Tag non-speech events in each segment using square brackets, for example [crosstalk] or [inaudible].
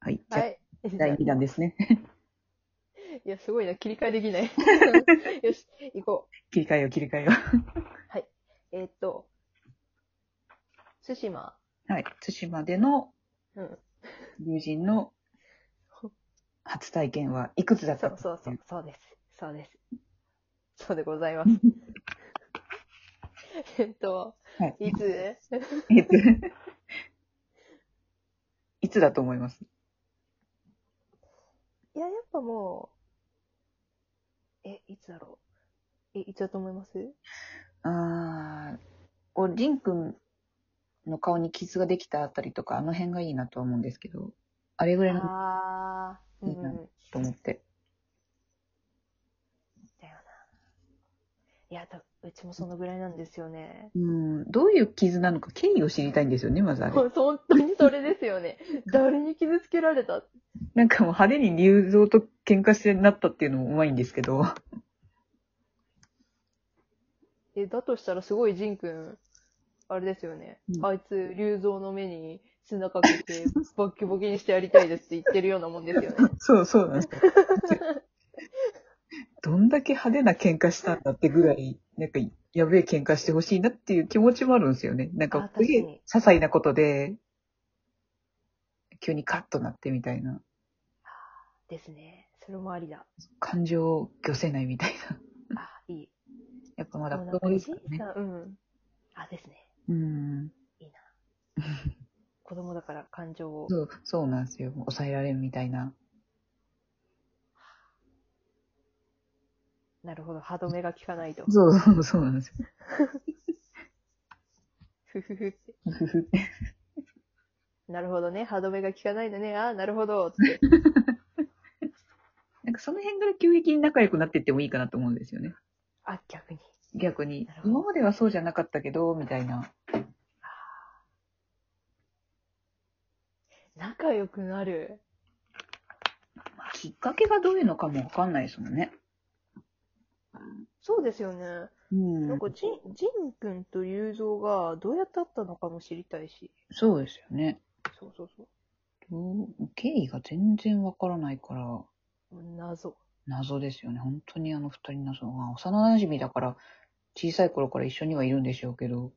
はい。じはゃい。あ、第2弾ですね。 [laughs] [laughs] いや、すごいな。切り替えできない。よし、行こ切り替えよう、切り [laughs] 替えよう。えーっと、対馬。う。はい。対馬でのうん。友人の初体験はいくつだっそたうそうそう。そうです。そうです。そうでございます。 [laughs] えっと、、はい [laughs] つえっと、 [laughs] いつだと思いますいや、やっぱもう、え、いつだろう。え、いつだと思いますあー、こう、りんくんの顔に傷ができたあたりとか、あの辺がいいなとは思うんですけど、あれぐらいのあー、うん、うん。と思って。だよな。いや、だうちもそのぐらいなんですよね。うん、どういう傷なのか経緯を知りたいんですよね、まずあれ。ほん本当にそれですよね。 [laughs] 誰に傷つけられたなんかもう派手に入蔵と喧嘩してなったっていうのもうまいんですけど、え、だとしたらすごい仁君、あれですよね。うんあいつ、龍造の目に砂かけ [laughs] て、バッキボキにしてやりたいですって言ってるようなもんですよね。そうそうなん [laughs] ですよ。どんだけ派手な喧嘩したんだってぐらい、なんか、やべえ喧嘩してほしいなっていう気持ちもあるんですよね。なんあか確、かすにげえ些細なことで、急にカッとなってみたいな。ですね。それもありだ。感情を漁せないみたいな。 [laughs] あ、いい。やっぱまだもうな子んか、供です仁からね。さん、うん。あ、ですね。うん。子供だから感情を。そう、そうなんですよ。抑えられるみたいな。なるほど。歯止めが効かないと。そうそう、そうなんです [laughs] よ。ふふふって。ふふなるほどね。歯止めが効かないのね。あーなるほど。って。なんかその辺から急激に仲良くなっていってもいいかなと思うんですよね。あ、逆に。逆になる。ほど今まではそうじゃなかったけど、みたいな。仲良くなる。まあきっかけがどういうのかもわかんないですもんね。そうですよね。うんなんか、じん、じんくんと雄三がどうやって会ったのかも知りたいし。そうですよね。そうそうそどう経緯が全然わからないから、う。謎。謎ですよね。本当にあの二人謎。まあ幼馴染だから、小さい頃から一緒にはいるんでしょうけど、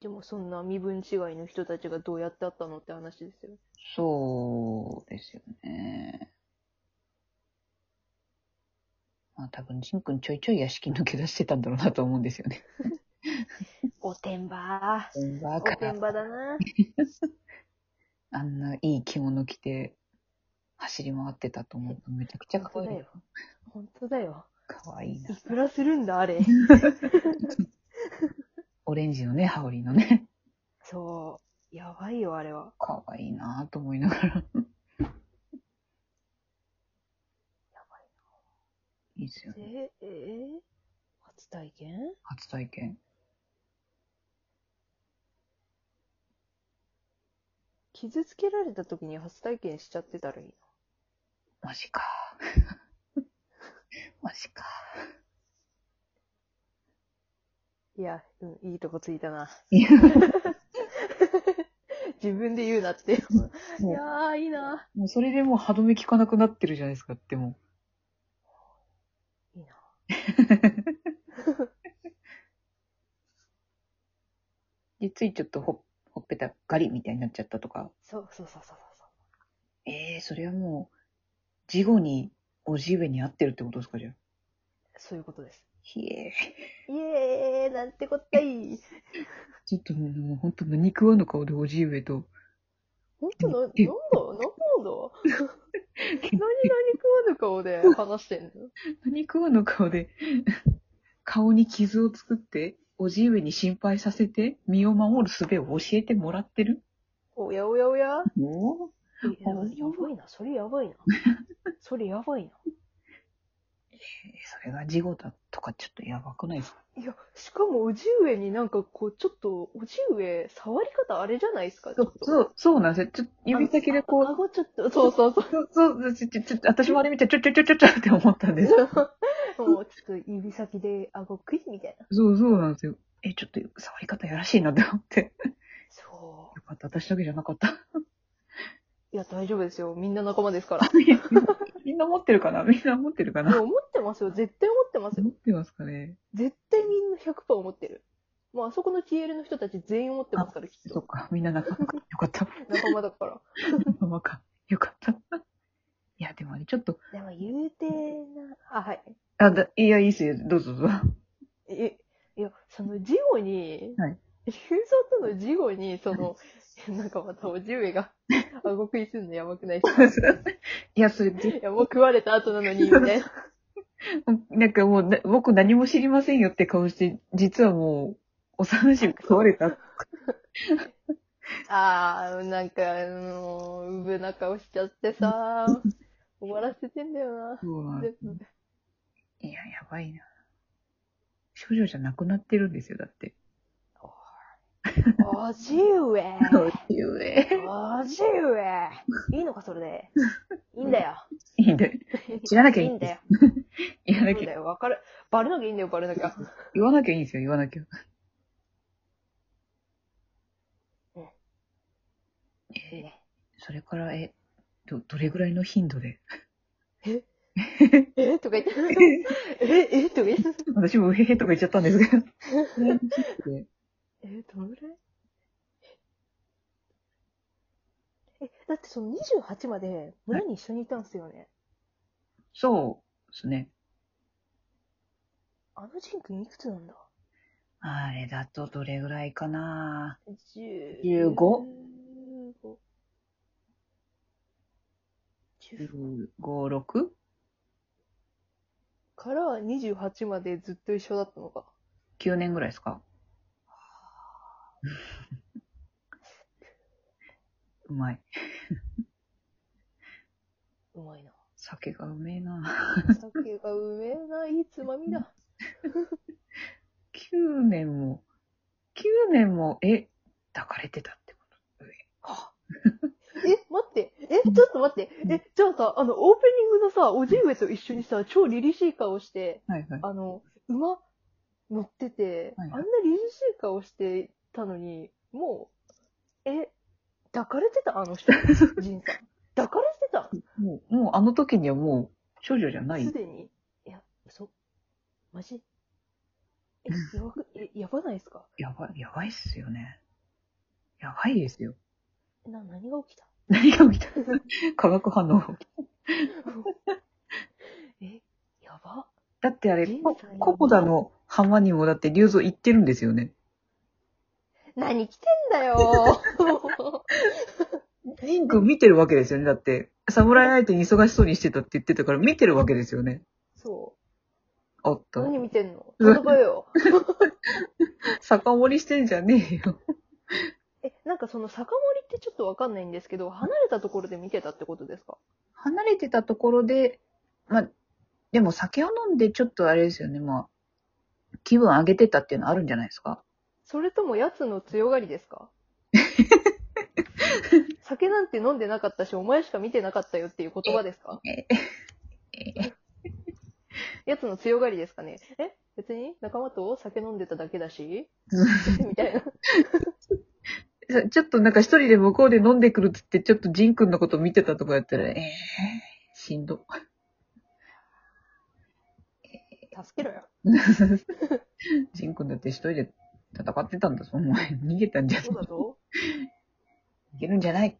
でもそんな身分違いの人たちがどうやって会ったのって話ですよ。そうですよね。まあ多分、ジン君ちょいちょい屋敷抜け出してたんだろうなと思うんですよね。おてんばー。バおてんばだな。あんないい着物着て走り回ってたと思うとめちゃくちゃ本可当だ愛いよ。。本当だよ。可愛いいな。くらするんだ、あれ。オレンジのね、羽織のね。 [laughs] そう。やばいよ、あれは。可愛いなぁと思いながら。やばい。いいですよね。え、えー初体験初体験。傷つけられた時に初体験しちゃってたらいいな。マジか。 [laughs] マジか。いや、うん、いいとこついた [laughs] な。いや自分で言うなって。いもやー、いいな。う、もうそれでもう歯止め効かなくなってるじゃないですかってもいいな。う。 [laughs] で、ついちょっとほっほっぺたガリみたいになっちゃったとか。そうそうそうそうそうそう。ええー、それはもう、事後に、おじ上に合ってるってことですかじゃあ。そういうことです。ひえー。イエーイなんてこったいちょっともう、もうほんと何食わぬ顔でおじ上と、ほんとな、なんだえなんだ何々食わぬ顔 [laughs] で話してんの何食わぬ顔で、 [laughs] 顔に傷を作って、おじ上に心配させて、身を守る術を教えてもらってるおやおやおやおえやばいな。それや [laughs] ばいな。それやばいな。それが事後だとかちょっとやばくないですかいや、しかもおじ上になんかこう、ちょっと、おじ上、触り方あれじゃないですかちょっと。う。う、そうなんですよ。ちょっと指先でこう、顎ちょっと、そうそうそう。そう、そう、ちょ、ちょ、ちょ、私もあれ見て、ちょ、ちょ、ちょ、ちょ、ちょって思ったん [laughs] です。もうちょっと指先で顎クイみたいな。そう、そうなんですよ。え、ちょっと触り方やらしいなって思って。そよかった、私だけじゃなかった。いや、大丈夫ですよ。みんな仲間です [laughs] から。みんな持ってるかなみんな持ってるかいやな思ってますよ。絶対思ってます持よっ。てますかね絶対みんな100%思ってる。もうあそこの TL の人たち全員思ってますから、きっそと。っか、みんな仲間か。よかった。仲間だから。仲間か。よかった。いや、でもね、ちょっと、でも言うてな、あ、はい。あ、だいや、いいっすよ。どうぞどうぞ。え、いや、その事後に、はい竜蔵との事後に、その、 [laughs] なんかまたおじ上が、あご食いするのやばくないっすかいや、それ、ぜいや、もう食われた後なのに、みたいな。なんかもうな、僕何も知りませんよって顔して、実はもう、幼しく壊れた。あー、なんか、あのうぶな顔しちゃって [laughs] さ、終わらせてんだよな。そうなん全で部すいや、やばいな。少女じゃなくなってるんですよ、だって。おじ上ゆえ。おじ上いいのか、それで。いいんだよ。いいんだよ。知らなきゃいいいいんんでだすよ。言わそなうきだゃ、よ。わかる。バレなきゃいいんだよ、バレなきゃ。言わなきゃいいんですよ、言わなきゃ。いいねそれから、え、ど、どれぐらいの頻度で [laughs] えとか言って。ええとか言って。私もうへへとか言っちゃったんですけど。 [laughs] でえ、どれぐらいえ、だってその28まで村に一緒にいたんすよね。そうですね。あのジン君いくつなんだあれだとどれぐらいかな ?15。 15 15 ?15、6? から28までずっと一緒だったのか。 9年ぐらいですか [laughs] うまい。うまいな。酒がうめえな。 [laughs] 酒がうめえな、いいつまみだ。 9年も、9年も、え、抱かれてたってことうえは [laughs] え、待って。え、ちょっと待って。え、じゃあさ、あの、オープニングのさ、おじい上と一緒にさ、超凛々しい顔して、はいはい。あの、馬乗ってて、はいはいあんな凛々しい顔してたのに、もう、え、抱かれてたあの [laughs] 人、ジンさん。抱かれてたもう、もうあの時にはもう少女じゃないす。でに。いや、嘘。マジ [laughs] え、やばく、え、やばないですかやばい、やばいっすよね。やばいですよ。 [laughs] な、何が起きた [laughs] 何が起きた [laughs] 化学反応。え、やばだってあれ、人コ体のココダの浜にもだって竜蔵行ってるんですよね。何着てんだよ [laughs] リンク見てるわけですよね。だって、侍相手に忙しそうにしてたって言ってたから見てるわけですよね。そあっう。た。何見てんのうん戦えよ。酒盛りしてんじゃねえよ。え、なんかその酒盛りってちょっとわかんないんですけど、離れたところで見てたってことですか離れてたところで、まあ、でも酒を飲んでちょっとあれですよね。まあ、気分上げてたっていうのあるんじゃないですか。それとも奴の強がりですか酒なんて飲んでなかったし、お前しか見てなかったよっていう言葉ですかえ奴の強がりですかねえ別に仲間と酒飲んでただけだしみたいな。さ [laughs] ちょっとなんか一人で向こうで飲んでくるって言って、ちょっとジン君のこと見てたとかやったら、ええしんど。 [laughs] 助けろよ。ジン君だって一人で戦ってたんだぞ。お前、逃げたんじゃないそうだぞ。逃げるんじゃない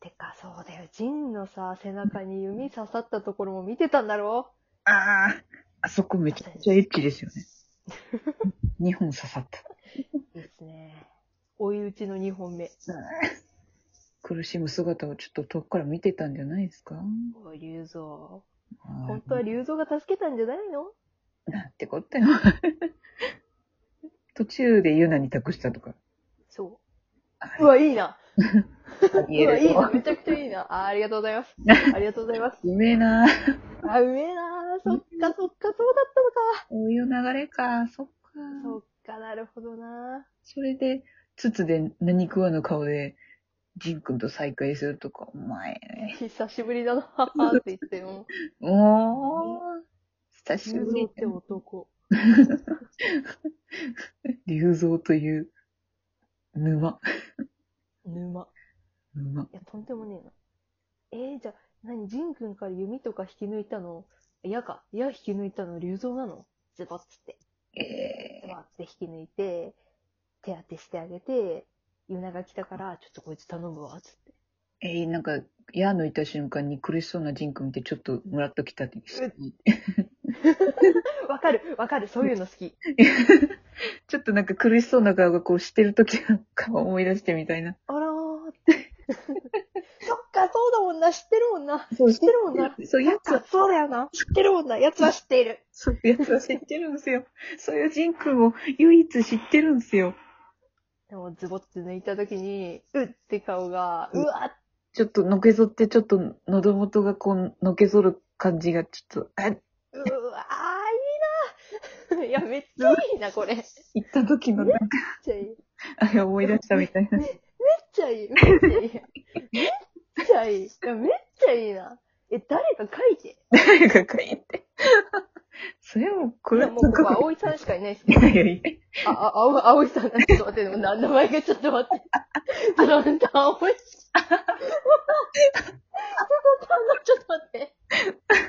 てか、そうだよ。ジンのさ、背中に弓刺さったところも見てたんだろああ、あそこめちゃくちゃエッチですよ [laughs] ね。2本刺さった。いいですね。追い打ちの2本目。苦しむ姿をちょっと遠くから見てたんじゃないですかおい、竜蔵。本本当は竜蔵が助けたんじゃないのなんてこったよ。 [laughs] 途中でユナに託したとか。そあう。うわ、いいな。言 [laughs] うわ、えいるいな。よ。めちゃくちゃいいな。 [laughs] あーありがとうございます。ありがとうございます。うめえなあ、うめえなそっか、そっか、そうだったのか。こういう流れか。そっか。そっか、なるほどなそれで、つつで何食わぬ顔で、ジン君と再会するとか、お前。久しぶりだなって言っても。おー。久し竜ぶ蔵りっ。て男。竜蔵という、沼。沼。うまいや、とんでもねえな。えー、じゃあ、何、ジン君から弓とか引き抜いたの、矢か。矢引き抜いたの、竜蔵なのズバッつって。えズバッつって引き抜いて、手当てしてあげて、ユナが来たから、ちょっとこいつ頼むわ、つって。ー、えー、なんか、矢抜いた瞬間に苦しそうなジン君見て、ちょっとムラっときたって。わかる、わかる、そういうの好き。ちょっとなんか苦しそうな顔がこうしてる時の顔を思い出してみたいな。あらーって。 [laughs] そっか、そうだもんな、知ってるもんな。そう、知ってるもんな。そう、やつそはっ、かそうだよな。知ってるもんな。奴は知っている。そう、やつは知ってるんですよ。そういうジン君を唯一知ってるんですよ。でも、ズボって抜いた時に、うって顔が、うんうわちょっとのけぞって、ちょっと喉元がこう、のけぞる感じがちょっと、あうわー、いいな。 [laughs] いや、めっちゃいいな、これ。めっ行った時のなんか、ちゃいい。めっあれ思い出したみたいな。ちゃいい。めっちゃいい。めっちゃいい。いや、めっちゃいいな。え、誰か書いて。誰が書いて。それはもう、こいれや、もうここ、い葵さんしかいないですけど。やいやいやあ、あ、葵葵さんだ。ちょっと待って、でもな名前がちょっと待って。ちょっと待って、葵さん。ちょっと待って。ちょっと待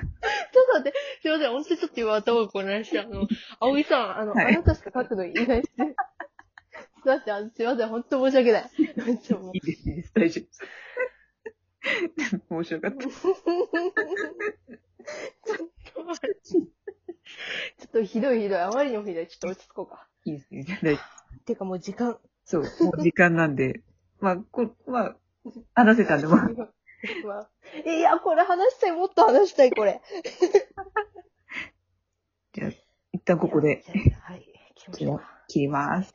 って。すいません、本当にちょっと今頭を混乱して、あの、葵さん、あの、はいあなたしか書くのいないです。すいません、あのすいません、本当申し訳ない。ちょっともういいです、いいです、大丈夫です。 [laughs] 面白かった。ちょっと待ってちょっとひどいひどい、あまりにもひどい。ちょっと落ち着こうか。いいです、いいです大丈夫です。てかもう時間。そう、もう時間なんで。まあ、こ、まあ、話せたんで、まあ、 [laughs] いや、これ話したい、もっと話したい、これ。じゃあ、一旦ここでいや。じゃあはい、行き切ましょうり切ります。